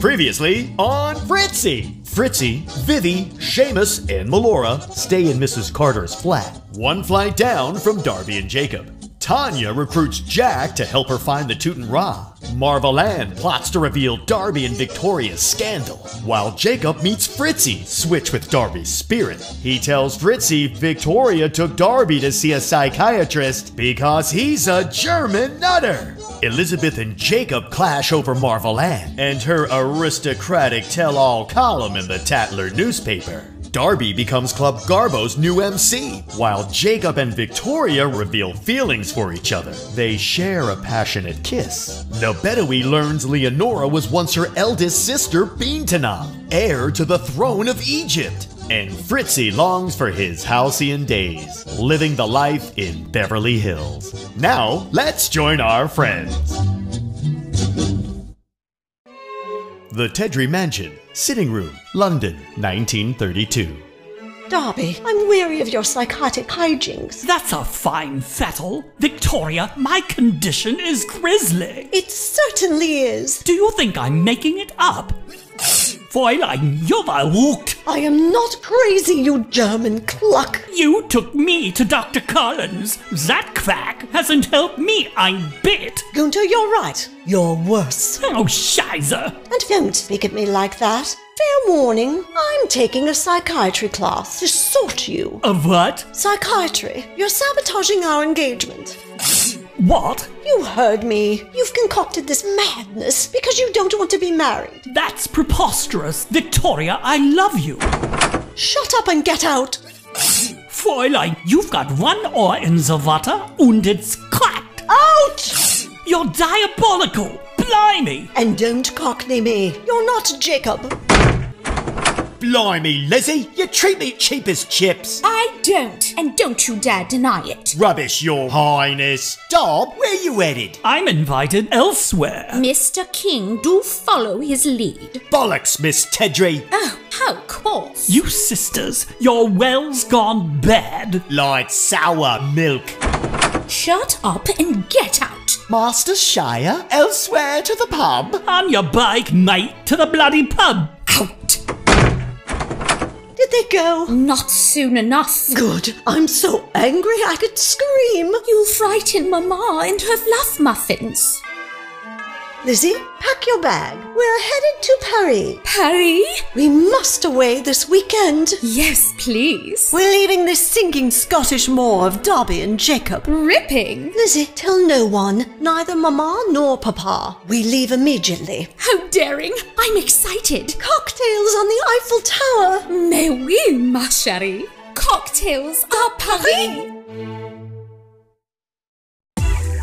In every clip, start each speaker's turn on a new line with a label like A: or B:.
A: Previously on Fritzy. Fritzy, Vivi, Seamus, and Melora stay in Mrs. Carter's flat, one flight down from Darby and Jacob. Tanya recruits Jack to help her find the Teuton Ra. Marvelan plots to reveal Darby and Victoria's scandal, while Jacob meets Fritzy, switch with Darby's spirit. He tells Fritzy Victoria took Darby to see a psychiatrist because he's a German nutter. Elizabeth and Jacob clash over Marvelan and her aristocratic tell-all column in the Tatler newspaper. Darby becomes Club Garbo's new MC, while Jacob and Victoria reveal feelings for each other. They share a passionate kiss. The Bedowi learns Leonora was once her eldest sister, Beantanab, heir to the throne of Egypt. And Fritzy longs for his halcyon days, living the life in Beverly Hills. Now, let's join our friends. The Tedry Mansion, Sitting Room, London, 1932.
B: Darby, I'm weary of your psychotic hijinks.
C: That's a fine fettle. Victoria, my condition is grisly.
B: It certainly is.
C: Do you think I'm making it up? Fräulein, you've walked.
B: I am not crazy, you German cluck.
C: You took me to Dr. Collins. That quack hasn't helped me, I bet.
B: Gunther, you're right. You're worse.
C: Oh, Scheiße.
B: And don't speak at me like that. Fair warning, I'm taking a psychiatry class to sort you.
D: Um.
C: A what?
B: Psychiatry, you're sabotaging our engagement.
C: What?
B: You heard me. You've concocted this madness because you don't want to be married.
C: That's preposterous. Victoria, I love you.
B: Shut up and get out.
C: Fräulein, you've got one oar in the water and it's caught.
B: Out!
C: You're diabolical. Blimey.
B: And don't cockney me. You're not Jacob.
A: Blimey, Lizzie, you treat me cheap as chips.
D: I don't, and don't you dare deny it.
A: Rubbish, your highness. Dob, where you headed?
C: I'm invited elsewhere.
D: Mr. King, do follow his lead.
A: Bollocks, Miss Tedry.
D: Oh, how coarse.
C: You sisters, your well's gone bad.
A: Like sour milk.
D: Shut up and get out.
A: Master Shire, elsewhere to the pub.
C: On your bike, mate, to the bloody pub.
D: Out.
B: Did they go?
D: Not soon enough.
B: Good. I'm so angry I could scream.
D: You'll frighten Mamma and her fluff muffins.
B: Lizzie, pack your bag. We're headed to Paris.
D: Perry?
B: We must away this weekend.
D: Yes, please.
B: We're leaving this sinking Scottish moor of Darby and Jacob.
D: Ripping?
B: Lizzie, tell no one, neither Mamma nor Papa. We leave immediately.
D: How daring. I'm excited.
B: Cocktails on the Eiffel Tower.
D: Mais oui, ma chérie. Cocktails à Paris.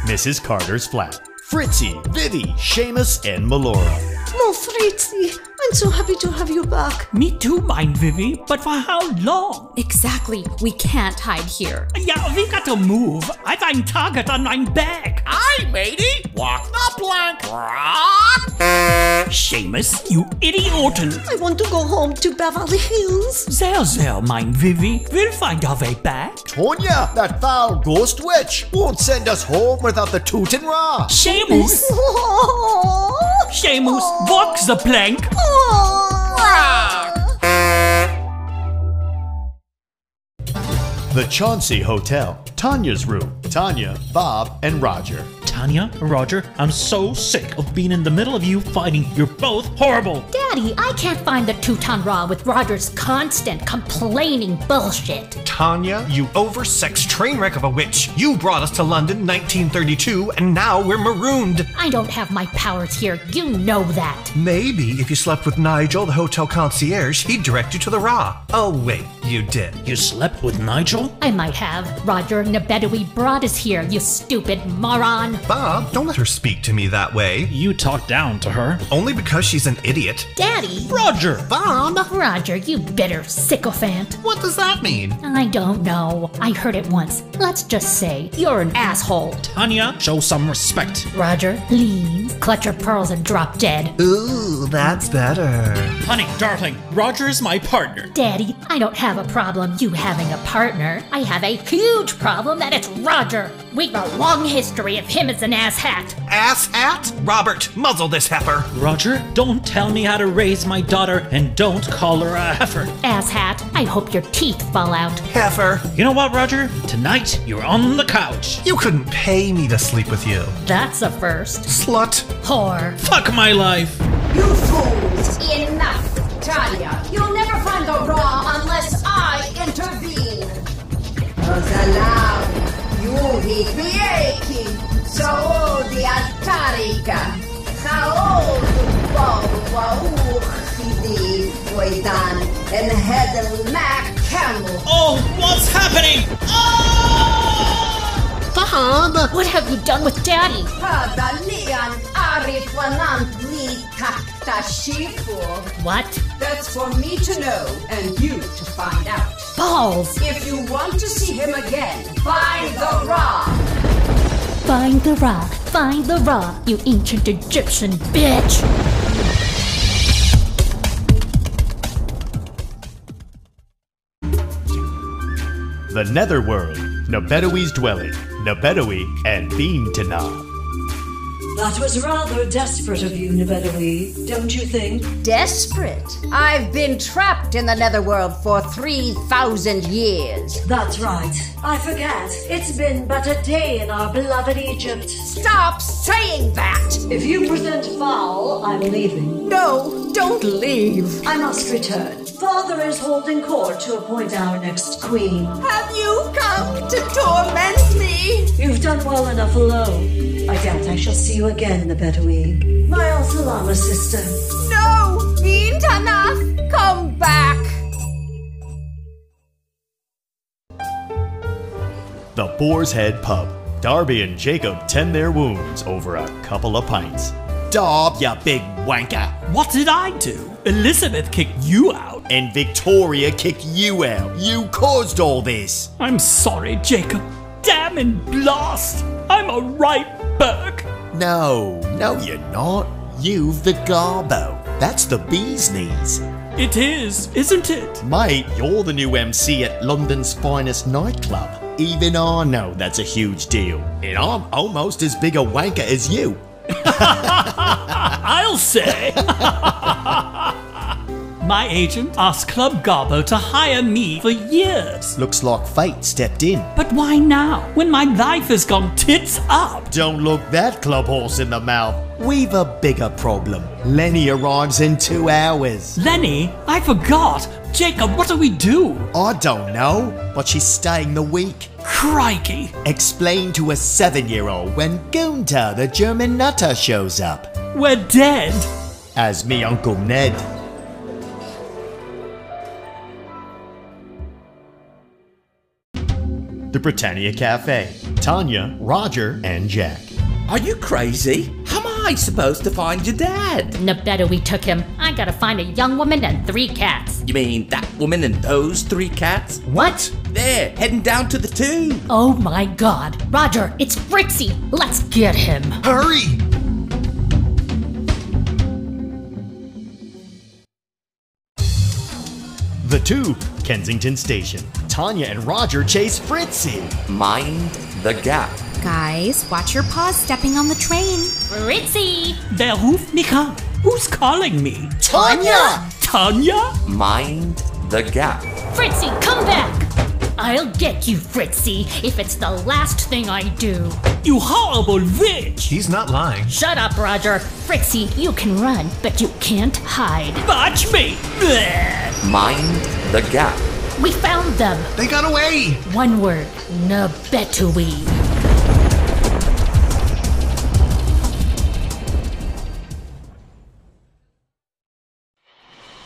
A: Mrs. Carter's flat. Fritzy, Vivi, Seamus, and Melora.
B: Mon Fritzi, I'm so happy to have you back.
C: Me too, mind Vivi, but for how long?
D: Exactly. We can't hide here.
C: Yeah, we gotta move. I find target on my back.
E: Aye, matey, walk the plank. Rock.
C: Seamus, you idiotin.
B: I want to go home to Beverly Hills.
C: There, there, mind Vivi. We'll find our way back.
F: Tonya, that foul ghost witch, won't send us home without the toot and raw.
C: Seamus,
G: Oh.
C: Seamus, walk the plank.
A: The Chauncey Hotel. Tanya's room. Tanya, Bob, and Roger.
H: Tanya, Roger, I'm so sick of being in the middle of you fighting. You're both horrible.
D: Daddy, I can't find the Teuton Ra with Roger's constant complaining bullshit.
I: Tanya, you oversexed train wreck of a witch. You brought us to London 1932, and now we're marooned.
D: I don't have my powers here. You know that.
I: Maybe if you slept with Nigel, the hotel concierge, he'd direct you to the Ra. Oh, wait, you did.
H: You slept with Nigel?
D: I might have. Roger Nabedoui brought us here, you stupid moron.
I: Bob, don't let her speak to me that way.
H: You talked down to her.
I: Only because she's an idiot.
D: Daddy.
H: Roger!
I: Bob,
D: Roger, you bitter sycophant.
I: what does that mean?
D: I don't know. I heard it once. Let's just say you're an asshole.
H: Tanya, show some respect.
D: Roger, lean, clutch your pearls and drop dead.
I: Ooh, that's better.
H: Honey, darling, Roger is my partner.
D: Daddy, I don't have a problem you having a partner. I have a huge problem that it's Roger. We've a long history of him as an asshat.
I: Ass hat? Robert, muzzle this heifer.
H: Roger, don't tell me how to raise my daughter and don't call her a heifer.
D: Asshat, I hope your teeth fall out.
I: Heifer,
H: You know what, Roger? Tonight, you're on the couch.
I: you couldn't pay me to sleep with you.
D: That's a first.
I: Slut.
D: Whore.
H: Fuck my life.
J: You fools! Enough! Talia, you'll never find the raw unless I intervene. Rosalao, you hit me aching. So old the altarica. How old the Voidan and Hedel Mac Camel.
H: Oh, what's happening?
K: Dad!
D: What have you done with Daddy?
J: Padalian Arifanant Li Kaktashifu.
D: What?
J: That's for me to know and you to find out.
D: Balls.
J: If you want to see him again, find the Ra.
D: Find the Ra. Find the Ra, you ancient Egyptian bitch.
A: The Netherworld, Nebedoi's Dwelling, Nebedoi, and Bean Tanah.
B: That was rather desperate of you, Nebedoe, don't you think?
J: Desperate. I've been trapped in the netherworld for 3,000 years.
B: That's right. I forget. It's been but a day in our beloved Egypt.
J: Stop saying that!
B: If you present foul, I'm leaving.
J: No, don't leave.
B: I must return. Father is holding court to appoint our next queen.
J: Have you come to torment me?
B: You've done well enough alone. I doubt I shall see you again, Nebedoe. My al-salama, sister.
J: No, Bean Tanakh, come back.
A: The Boar's Head Pub. Darby and Jacob tend their wounds over a couple of pints. Darb, ya big wanker.
C: What did I do? Elizabeth kicked you out.
A: And Victoria kick you out. You caused all this.
C: I'm sorry, Jacob. Damn and blast! I'm a right Burke.
A: No, no, you're not. You've the garbo. That's the bee's knees.
C: It is, isn't it?
A: Mate, you're the new MC at London's finest nightclub. Even I know that's a huge deal. And I'm almost as big a wanker as you.
C: I'll say. My agent asked Club Garbo to hire me for years.
K: Looks like fate stepped in.
C: But why now, when my life has gone tits up?
A: Don't look that club horse in the mouth. We've a bigger problem. Lenny arrives in two hours.
C: Lenny, I forgot. Jacob, what do we do?
K: I don't know, but she's staying the week.
C: Crikey.
K: Explain to a seven year old when Gunther, the German nutter, shows up.
C: We're dead.
K: As me Uncle Ned.
A: The Britannia Cafe. Tanya, Roger, and Jack.
L: Are you crazy? How am I supposed to find your dad?
D: Nebedoe took him. I gotta find a young woman and three cats.
L: You mean that woman and those three cats?
D: What?
L: There, heading down to the tube.
D: Oh my god. Roger, it's Fritzy. Let's get him.
I: Hurry!
A: The Tube, Kensington Station. Tanya and Roger chase Fritzy.
L: Mind the gap.
J: Guys, watch your paws stepping on the train.
D: Fritzy!
C: Der Ruf mich an. Who's calling me?
K: Tanya!
C: Tanya?
L: Mind the gap.
D: Fritzy, come back! I'll get you, Fritzy, if it's the last thing I do.
C: You horrible witch!
I: He's not lying.
D: Shut up, Roger. Fritzy, you can run, but you can't hide.
C: Watch me! Bleh.
L: Mind the gap.
D: We found them.
I: They got away!
D: One word, Nabetui.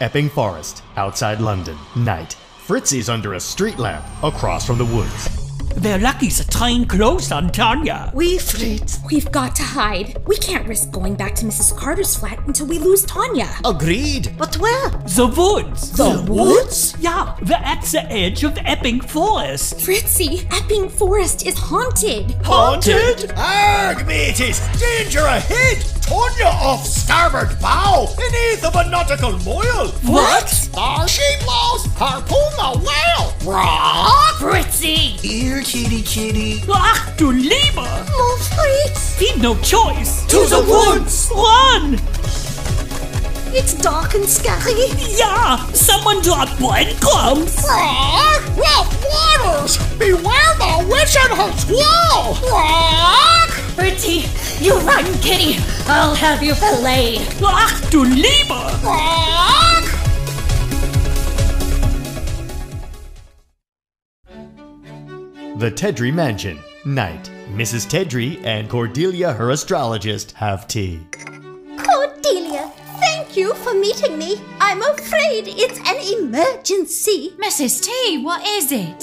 A: Epping Forest, outside London. Night. Fritzy's under a street lamp across from the woods.
C: They're lucky's a train close on Tanya.
M: We flit. We've got to hide. We can't risk going back to Mrs. Carter's flat until we lose Tanya.
C: Agreed.
B: But where?
C: The woods.
M: The The woods?
C: Yeah, they're at the edge of Epping Forest.
M: Fritzy, Epping Forest is haunted.
E: Arg, mateys! Danger ahead! Tonya off starboard bow! In eighth of a nautical mile!
M: What?
E: There she blows! Harpoon the whale! Rock!
C: Fritzy!
E: Here, kitty kitty!
C: Ah, to Lima!
M: More freaks!
C: We've no choice!
E: To the woods!
C: Run!
M: It's dark and scary.
C: Yeah, someone dropped breadcrumbs.
E: Rock! Rough waters! Beware the witch and her squall! Rock!
D: Fritzy, you run, kitty. I'll have you filleted.
C: Ach, Ah, du Lieber!
E: Rock!
A: The Tedry Mansion. Night. Mrs. Tedry and Cordelia, her astrologist, have tea.
J: Cordelia, thank you for meeting me. I'm afraid it's an emergency. Mrs. T, what is it?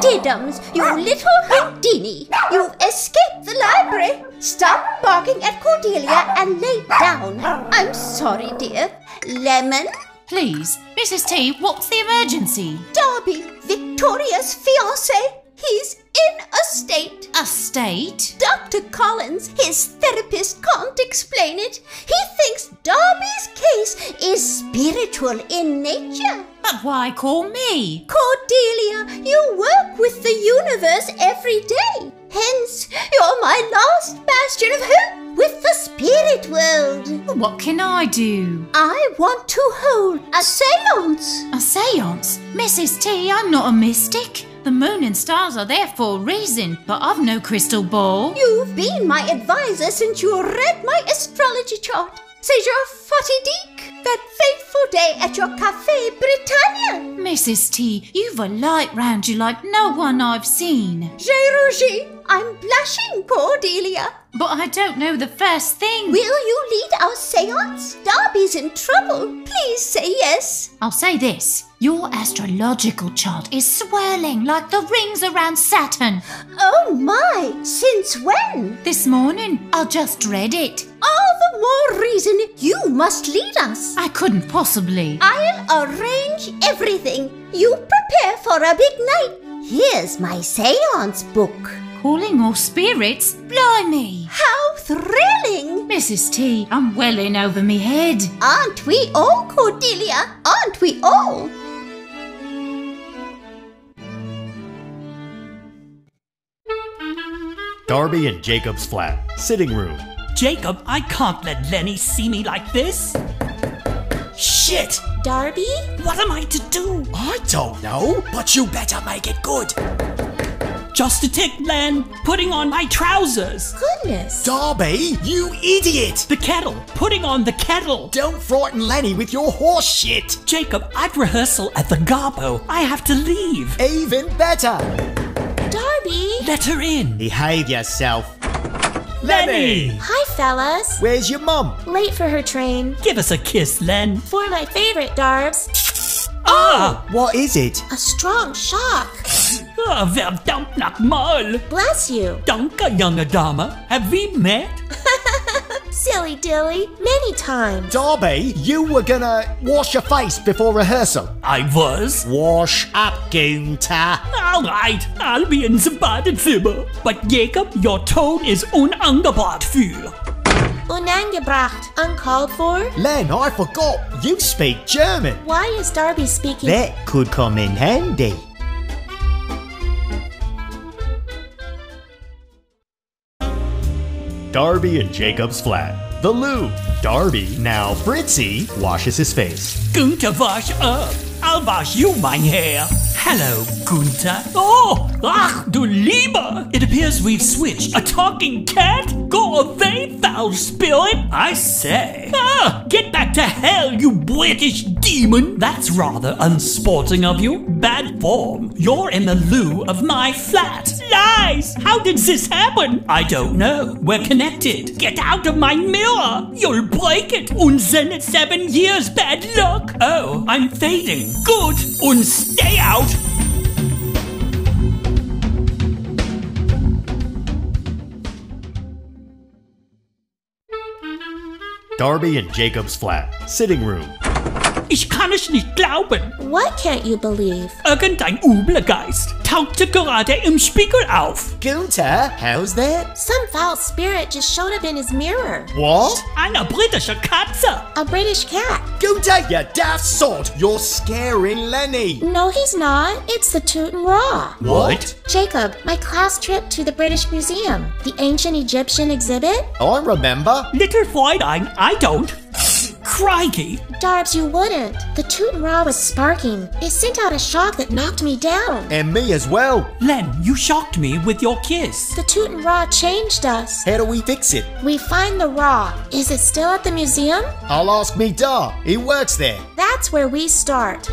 J: Diddums, Oh, you little houdini. You've escaped the library. Stop barking at Cordelia and lay down. I'm sorry, dear. Lemon? Please, Mrs. T, what's the emergency? Darby, Victoria's fiance. He's in a state. A state? Dr. Collins, his therapist, can't explain it. He thinks Darby's case is spiritual in nature. But why call me? Cordelia, you work with the universe every day. Hence, you're my last bastion of hope with the spirit world. What can I do? I want to hold a seance. A seance? Mrs. T, I'm not a mystic. The moon and stars are there for a reason, but I've no crystal ball. You've been my advisor since you read my astrology chart. Says you're fatidique that fateful day at your Cafe Britannia. Mrs. T, you've a light round you like no one I've seen. J'ai rougi. I'm blushing, Cordelia. But I don't know the first thing. Will you lead our seance? Darby's in trouble. Please say yes. I'll say this. Your astrological chart is swirling like the rings around Saturn. Oh my! Since when? This morning. I just read it. All the more reason you must lead us. I couldn't possibly. I'll arrange everything. You prepare for a big night. Here's my seance book. Calling all spirits? Blimey! How thrilling! Mrs. T, I'm well in over me head. Aren't we all, Cordelia? Uh, Aren't we all?
A: Darby and Jacob's flat. Sitting room.
C: Jacob, I can't let Lenny see me like this. Shit!
M: Darby?
C: What am I to do?
E: I don't know, but you better make it good.
C: Just a tick, Len. Putting on my trousers.
M: Goodness.
E: Darby, you idiot!
C: The kettle. Putting on the kettle.
E: Don't frighten Lenny with your horse shit.
C: Jacob, I've rehearsal at the Garbo. I have to leave.
F: Even better.
M: Darby?
C: Let her in.
F: Behave yourself.
C: Lenny!
M: Hi, fellas.
F: Where's your mum?
M: Late for her train.
C: Give us a kiss, Len.
M: For my favorite, Darbs.
C: Ah!
F: What is it?
M: Oh! A strong shock.
C: Ah, wer dumpt nach Maul?
M: Bless you.
C: Danke, junge Dame. Have we met?
M: Silly dilly. Many times.
F: Darby, you were gonna wash your face before rehearsal.
C: I was.
F: Wash up, Gunther.
C: All right, I'll be in the Badezimmer. But Jacob, your tone is unangebracht für.
M: Unangebracht. Uncalled for.
F: Len, I forgot. You speak German.
M: Why is Darby speaking?
F: That could come in handy.
A: Darby and Jacob's flat. The loo. Darby, now Fritzy, washes his face.
C: Gunther, wash up. I'll wash you, mein Herr. Hello, Gunther. Oh, ach, du Lieber! It appears we've switched. A talking cat? Go away, foul spirit! I say. Ah, get back to hell, you British demon! That's rather unsporting of you. Bad form. You're in the loo of my flat. Lies! How did this happen? I don't know. We're connected. Get out of my mirror! You'll break it! And then it's seven years bad luck! Oh, I'm fading. Good! And stay out!
A: Darby and Jacob's flat, sitting room.
C: Ich kann es nicht glauben.
J: What can't you believe?
C: Irgendein übler Geist tauchte gerade im Spiegel auf.
F: Gunther, how's that?
J: Some foul spirit just showed up in his mirror.
F: What?
C: Eine britische Katze.
J: A British cat.
F: Gunther, you daft sod! You're scaring Lenny!
J: No, he's not. It's the Toot and Raw.
F: What?
J: Jacob, my class trip to the British Museum, the ancient Egyptian exhibit?
F: Oh, I remember.
C: Little Fräulein, I don't. Crikey.
J: Darbs, you wouldn't. The Toot and Raw was sparking. It sent out a shock that knocked me down.
F: And me as well.
C: Len, you shocked me with your kiss.
J: The Toot and Raw changed us.
F: How do we fix it?
J: We find the Raw. Is it still at the museum?
F: I'll ask me Dar. He works there.
J: That's where we start.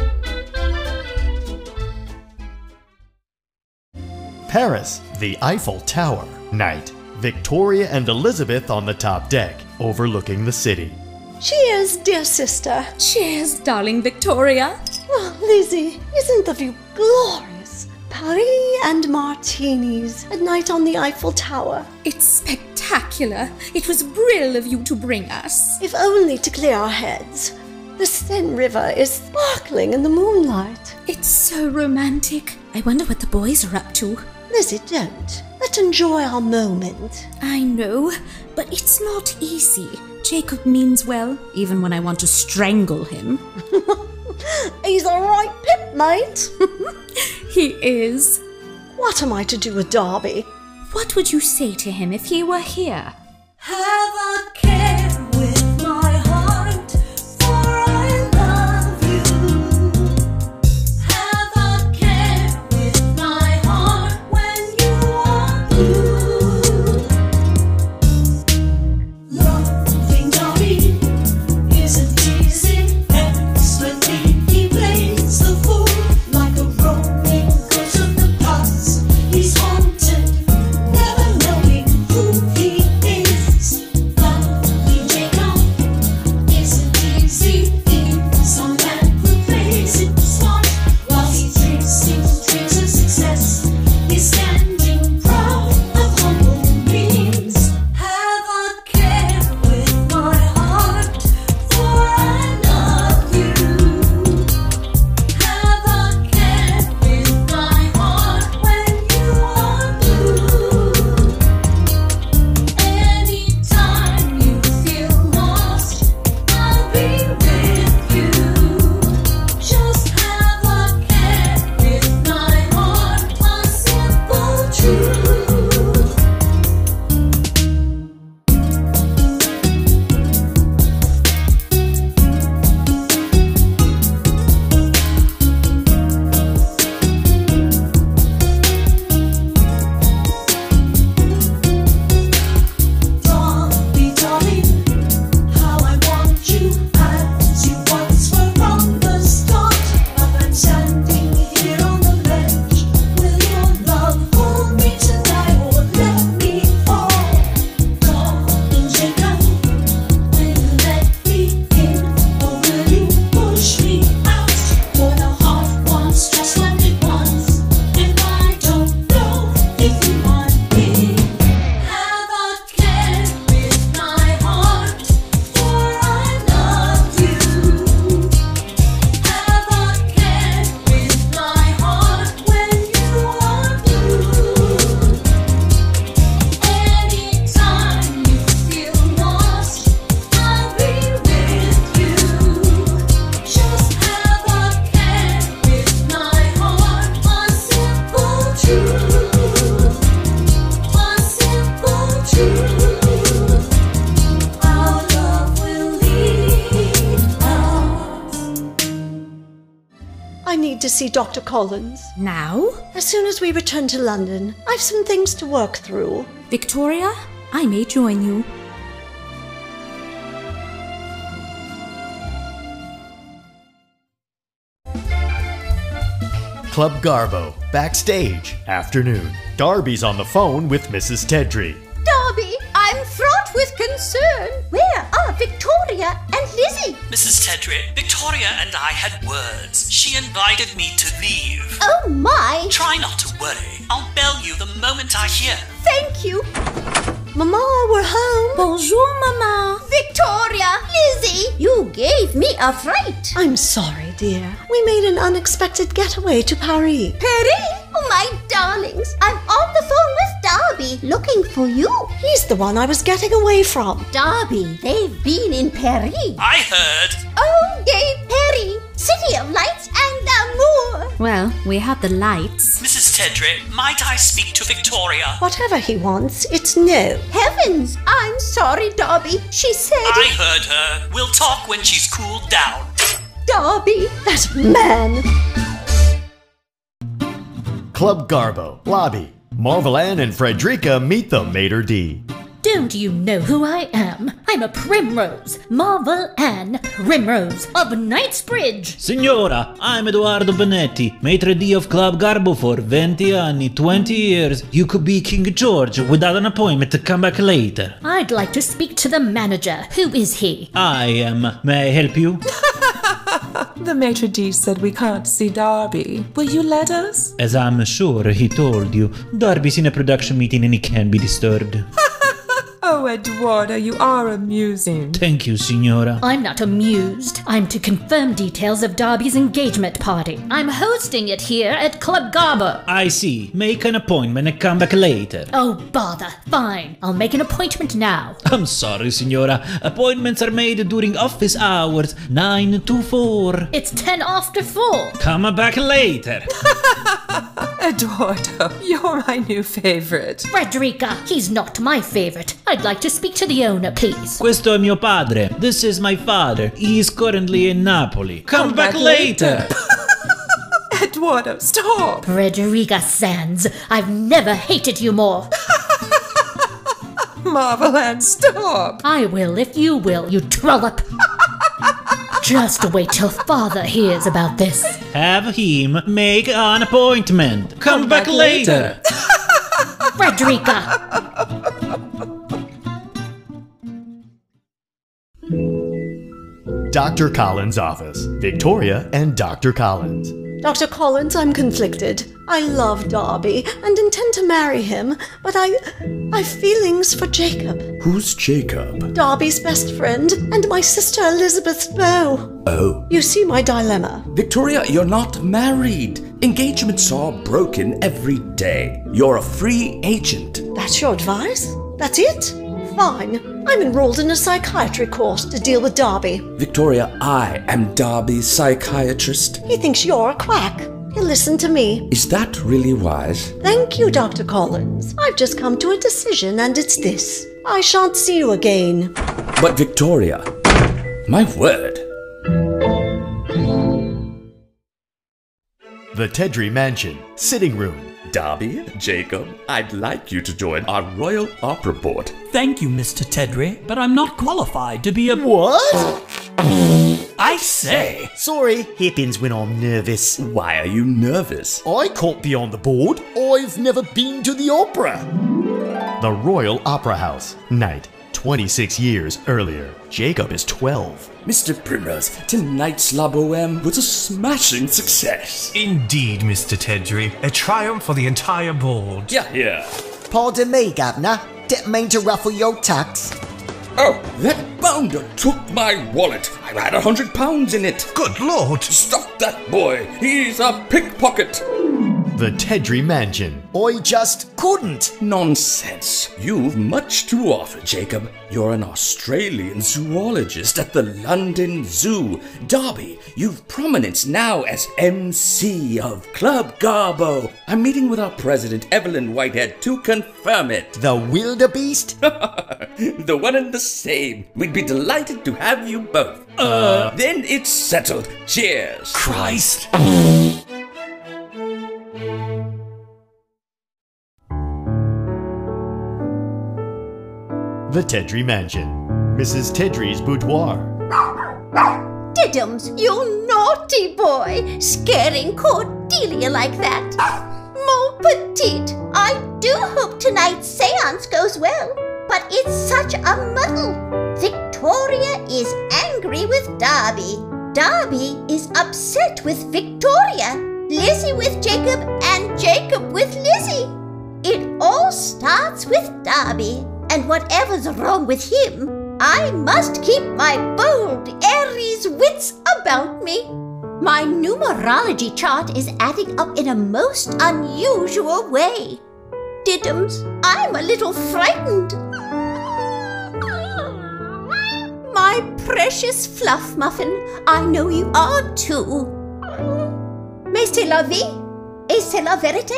A: Paris, the Eiffel Tower. Night. Victoria and Elizabeth on the top deck, overlooking the city.
B: Cheers, dear sister.
M: Cheers, darling Victoria.
B: Oh, Lizzie, isn't the view glorious? Paris and martinis at night on the Eiffel Tower.
M: It's spectacular. It was brilliant of you to bring us.
B: If only to clear our heads. The Seine River is sparkling in the moonlight.
M: It's so romantic. I wonder what the boys are up to.
B: Lizzie, don't. Let's enjoy our moment.
M: I know, but it's not easy. Jacob means well, even when I want to strangle him.
B: He's all right, Pip, mate.
M: He is.
B: What am I to do with Darby?
M: What would you say to him if he were here?
G: Have a care with my heart, for I love you. Have a care with my heart when you are blue. Loving Dobby isn't easy. Expertly, he plays the fool like a roaming goat of the past. He's haunted, never knowing who he is. Loving Jacob isn't easy. He's a man who plays it smart while he chasing dreams of success. He's standing proud of humble means. Have a care with my heart, for I love you. Have a care with my heart when you are blue. Anytime you feel lost. I'll be with you. Just have a care with my heart, a simple truth. Dolly, dolly, how I want you as you once were from the start. Up and standing here on the ledge. Will your love hold me tonight or let me fall? Darling Jacob, will you let me in or will you push me out? For the heart wants just what it wants, and I don't know if you want me. Have a care with my heart, for I love you. Have a care with my heart when you are blue. Anytime you feel lost, I'll be with you. Just have a care with my heart, a simple truth, a simple truth. Our love will lead us.
B: I need to see Dr. Collins.
M: Now?
B: As soon as we return to London, I've some things to work through.
M: Victoria, I may join you.
A: Club Garbo, backstage, afternoon. Darby's on the phone with Mrs. Tedry.
N: Darby, I'm fraught with concern. Where are Victoria and Lizzie?
C: Mrs. Tedry, Victoria and I had words. She invited me to leave.
N: Oh my!
C: Try not to worry. I'll bell you the moment I hear.
N: Thank you.
B: Mama, we're home.
M: Bonjour, Mama.
N: Victoria,
B: gave me a fright. I'm sorry, dear. We made an unexpected getaway to Paris. Paris?
J: Oh, my darlings, I'm on the phone with Darby looking for you.
B: He's the one I was getting away from.
J: Darby, they've been in Paris.
C: I heard.
J: Oh, gay Paris, city of lights and amour.
M: Well, we had the lights.
C: Mrs. Tedrick, might I speak to Victoria?
B: Whatever he wants, it's no.
J: Heavens, I'm sorry, Darby. She said.
C: I heard her. We'll talk when she's cooled down.
J: Darby,
B: that man.
A: Club Garbo, Blobby, Marvelan, and Frederica meet the Mater D.
D: Don't you know who I am? I'm a primrose, Marvel Anne, primrose of Knightsbridge.
H: Signora, I'm Eduardo Benetti, maitre d' of Club Garbo for 20 anni, 20 years. You could be King George without an appointment to come back later.
D: I'd like to speak to the manager. Who is he?
H: I am. May I help you?
O: The maitre d' said we can't see Darby. Will you let us?
H: As I'm sure he told you, Darby's in a production meeting and he can't be disturbed.
O: Oh, Eduardo, you are amusing.
H: Thank you, Signora.
D: I'm not amused. I'm to confirm details of Darby's engagement party. I'm hosting it here at Club Garbo.
H: I see. Make an appointment and come back later.
D: Oh, bother. Fine. I'll make an appointment now.
H: I'm sorry, Signora. Appointments are made during office hours, 9 to 4.
D: It's ten after four.
H: Come back later.
O: Eduardo, you're my new favorite.
D: Frederica, he's not my favorite. I'd like to speak to the owner, please.
H: Questo è mio padre. This is my father. He is currently in Napoli. Come, back, later.
O: Eduardo, stop.
D: Frederica Sands, I've never hated you more.
O: Marvel and stop.
D: I will if you will, you trollop. Just wait till father hears about this.
H: Have him make an appointment. Come, back, later.
D: Frederica!
A: Dr. Collins' office, Victoria and Dr. Collins.
B: Dr. Collins, I'm conflicted. I love Darby and intend to marry him, but I. I've feelings for Jacob,
L: Who's Jacob?
B: Darby's best friend, and my sister Elizabeth's beau.
L: Oh.
B: You see my dilemma.
L: Victoria, you're not married. Engagements are broken every day. You're a free agent.
B: That's your advice? That's it? Fine. I'm enrolled in a psychiatry course to deal with Darby.
L: Victoria, I am Darby's psychiatrist.
B: He thinks you're a quack. He'll listen to me.
L: Is that really wise?
B: Thank you, Dr. Collins. I've just come to a decision, and it's this I shan't see you again.
L: But Victoria, my word.
A: The Tedry Mansion, sitting room.
L: Darby, Jacob, I'd like you to join our Royal Opera Board.
C: Thank you, Mr. Tedry, but I'm not qualified to be a.
A: What?
C: I say.
F: Sorry, happens when I'm nervous.
L: Why are you nervous?
F: I can't be on the board. I've never been to the opera.
A: The Royal Opera House, night. 26 years earlier. Jacob is 12.
L: Mr. Primrose, tonight's La Boheme was a smashing success.
I: Indeed, Mr. Tedry, a triumph for the entire board.
L: Yeah, yeah.
P: Pardon me, Governor. Didn't mean to ruffle your tucks.
L: Oh, that bounder took my wallet. I had a hundred pounds in it.
I: Good lord.
L: Stop that boy. He's a pickpocket.
A: The Tedry Mansion.
P: I just couldn't.
L: Nonsense. You've much to offer, Jacob. You're an Australian zoologist at the London Zoo. Derby, you've prominence now as MC of Club Garbo. I'm meeting with our president, Evelyn Whitehead, to confirm it.
P: The wildebeest?
L: the one and the same. We'd be delighted to have you both. Uh. Then it's settled. Cheers.
I: Christ.
A: The Tedry Mansion. Mrs. Tedry's boudoir.
J: Diddums, you naughty boy, scaring Cordelia like that. Mon petite, I do hope tonight's seance goes well, but it's such a muddle. Victoria is angry with Darby. Darby is upset with Victoria. Lizzie with Jacob and Jacob with Lizzie. It all starts with Darby. and whatever's wrong with him, I must keep my bold Aries wits about me. My numerology chart is adding up in a most unusual way. Diddums, I'm a little frightened. My precious Fluff Muffin, I know you are too. Mais c'est la vie, et c'est la vérité.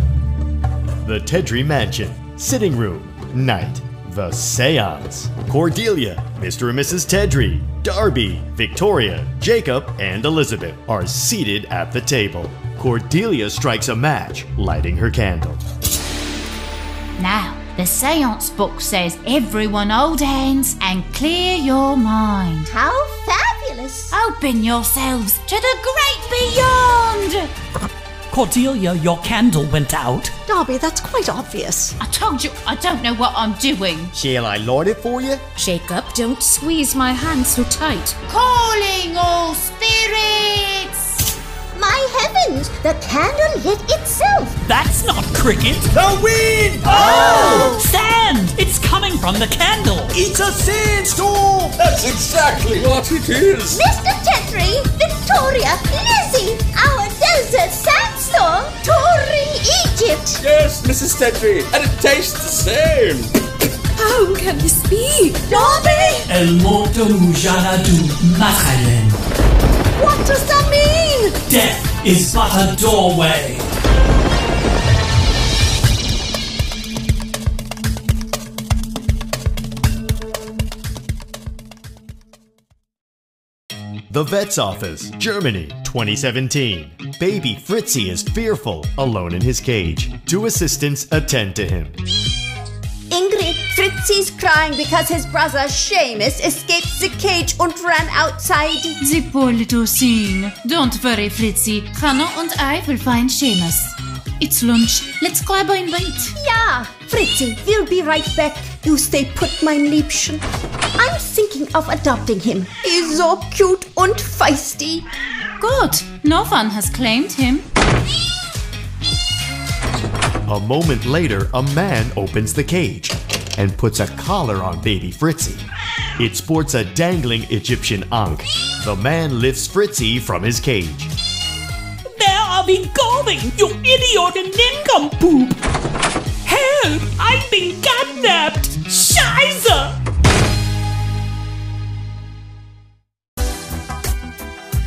A: The Tedry Mansion. Sitting Room. Night. The Seance. Cordelia, Mr. and Mrs. Tedry, Darby, Victoria, Jacob, and Elizabeth are seated at the table. Cordelia strikes a match, lighting her candle.
Q: Now, the seance book says everyone hold hands and clear your mind.
J: How fabulous!
Q: Open yourselves to the great beyond!
C: Cordelia, your candle went out.
B: Darby, that's quite obvious.
Q: I told you I don't know what I'm doing.
F: Shall I light it for you?
M: Shake up, don't squeeze my hand so tight.
Q: Calling all spirits!
J: My heavens, the candle lit itself.
C: That's not cricket. The wind! Oh! Sand! It's coming from the candle.
E: It's a sandstorm! That's exactly what it is!
J: Mr. Tetri, Victoria, Lizzie, our desert sandstorm, touring Egypt.
L: Yes, Mrs. Tedry, and it tastes the same.
M: How can this be?
J: Dobby,
C: El Morto Mujaradu Makalem.
J: what does that mean?
C: Death is but a doorway.
A: The Vet's Office, Germany, 2017. Baby Fritzi is fearful, alone in his cage. Two assistants attend to him.
J: Ingrid, Fritzi's crying because his brother Seamus escaped the cage and ran outside.
Q: The poor little thing. Don't worry, Fritzi. Hannah and I will find Seamus. It's lunch. Let's grab and wait.
J: Yeah, Fritzi, we'll be right back. You stay put, mein Liebchen. I'm thinking of adopting him. He's so cute and feisty.
Q: Good. No one has claimed him.
A: A moment later, a man opens the cage and puts a collar on baby Fritzi. It sports a dangling Egyptian ankh. The man lifts Fritzi from his cage.
C: Where are we going, you idiot and nincompoop? Help! I've been kidnapped! Scheiße!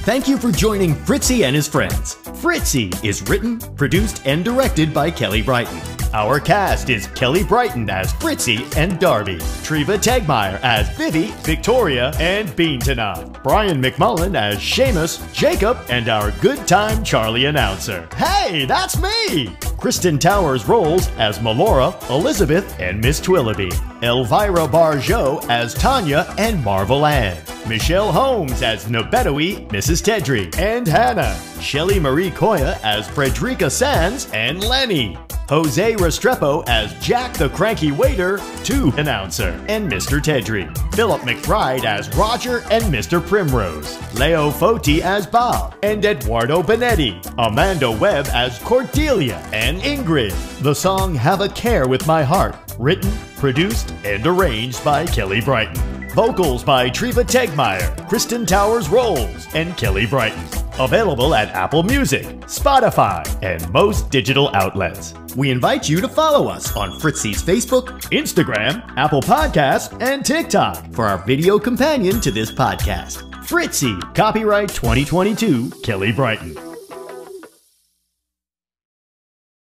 A: Thank you for joining Fritzy and his friends. Fritzy is written, produced, and directed by Kelly Brighton. Our cast is Kelly Brighton as Fritzy and Darby, Treva Tegmeyer as Vivi, Victoria, and Beantanod, Brian McMullen as Seamus, Jacob, and our good time Charlie announcer. Hey, that's me! Kristen Towers roles as Melora, Elizabeth, and Miss Twillaby. Elvira Barjot as Tanya and Marvel Ann. Michelle Holmes as Nobetoe, Mrs. Tedry, and Hannah. Shelley Marie Coya as Frederica Sands and Lenny. Jose Restrepo as Jack the Cranky Waiter, Two Announcer, and Mr. Tedry. Philip McBride as Roger and Mr. Primrose. Leo Foti as Bob, and Eduardo Benetti. Amanda Webb as Cordelia and Ingrid. The song Have a Care with My Heart, written, produced, and arranged by Kelly Brighton. Vocals by Treva Tegmeyer, Kristen Towers Rolls, and Kelly Brighton. Available at Apple Music, Spotify, and most digital outlets. We invite you to follow us on Fritzy's Facebook, Instagram, Apple Podcasts, and TikTok for our video companion to this podcast. Fritzy, copyright 2022, Kelly Brighton.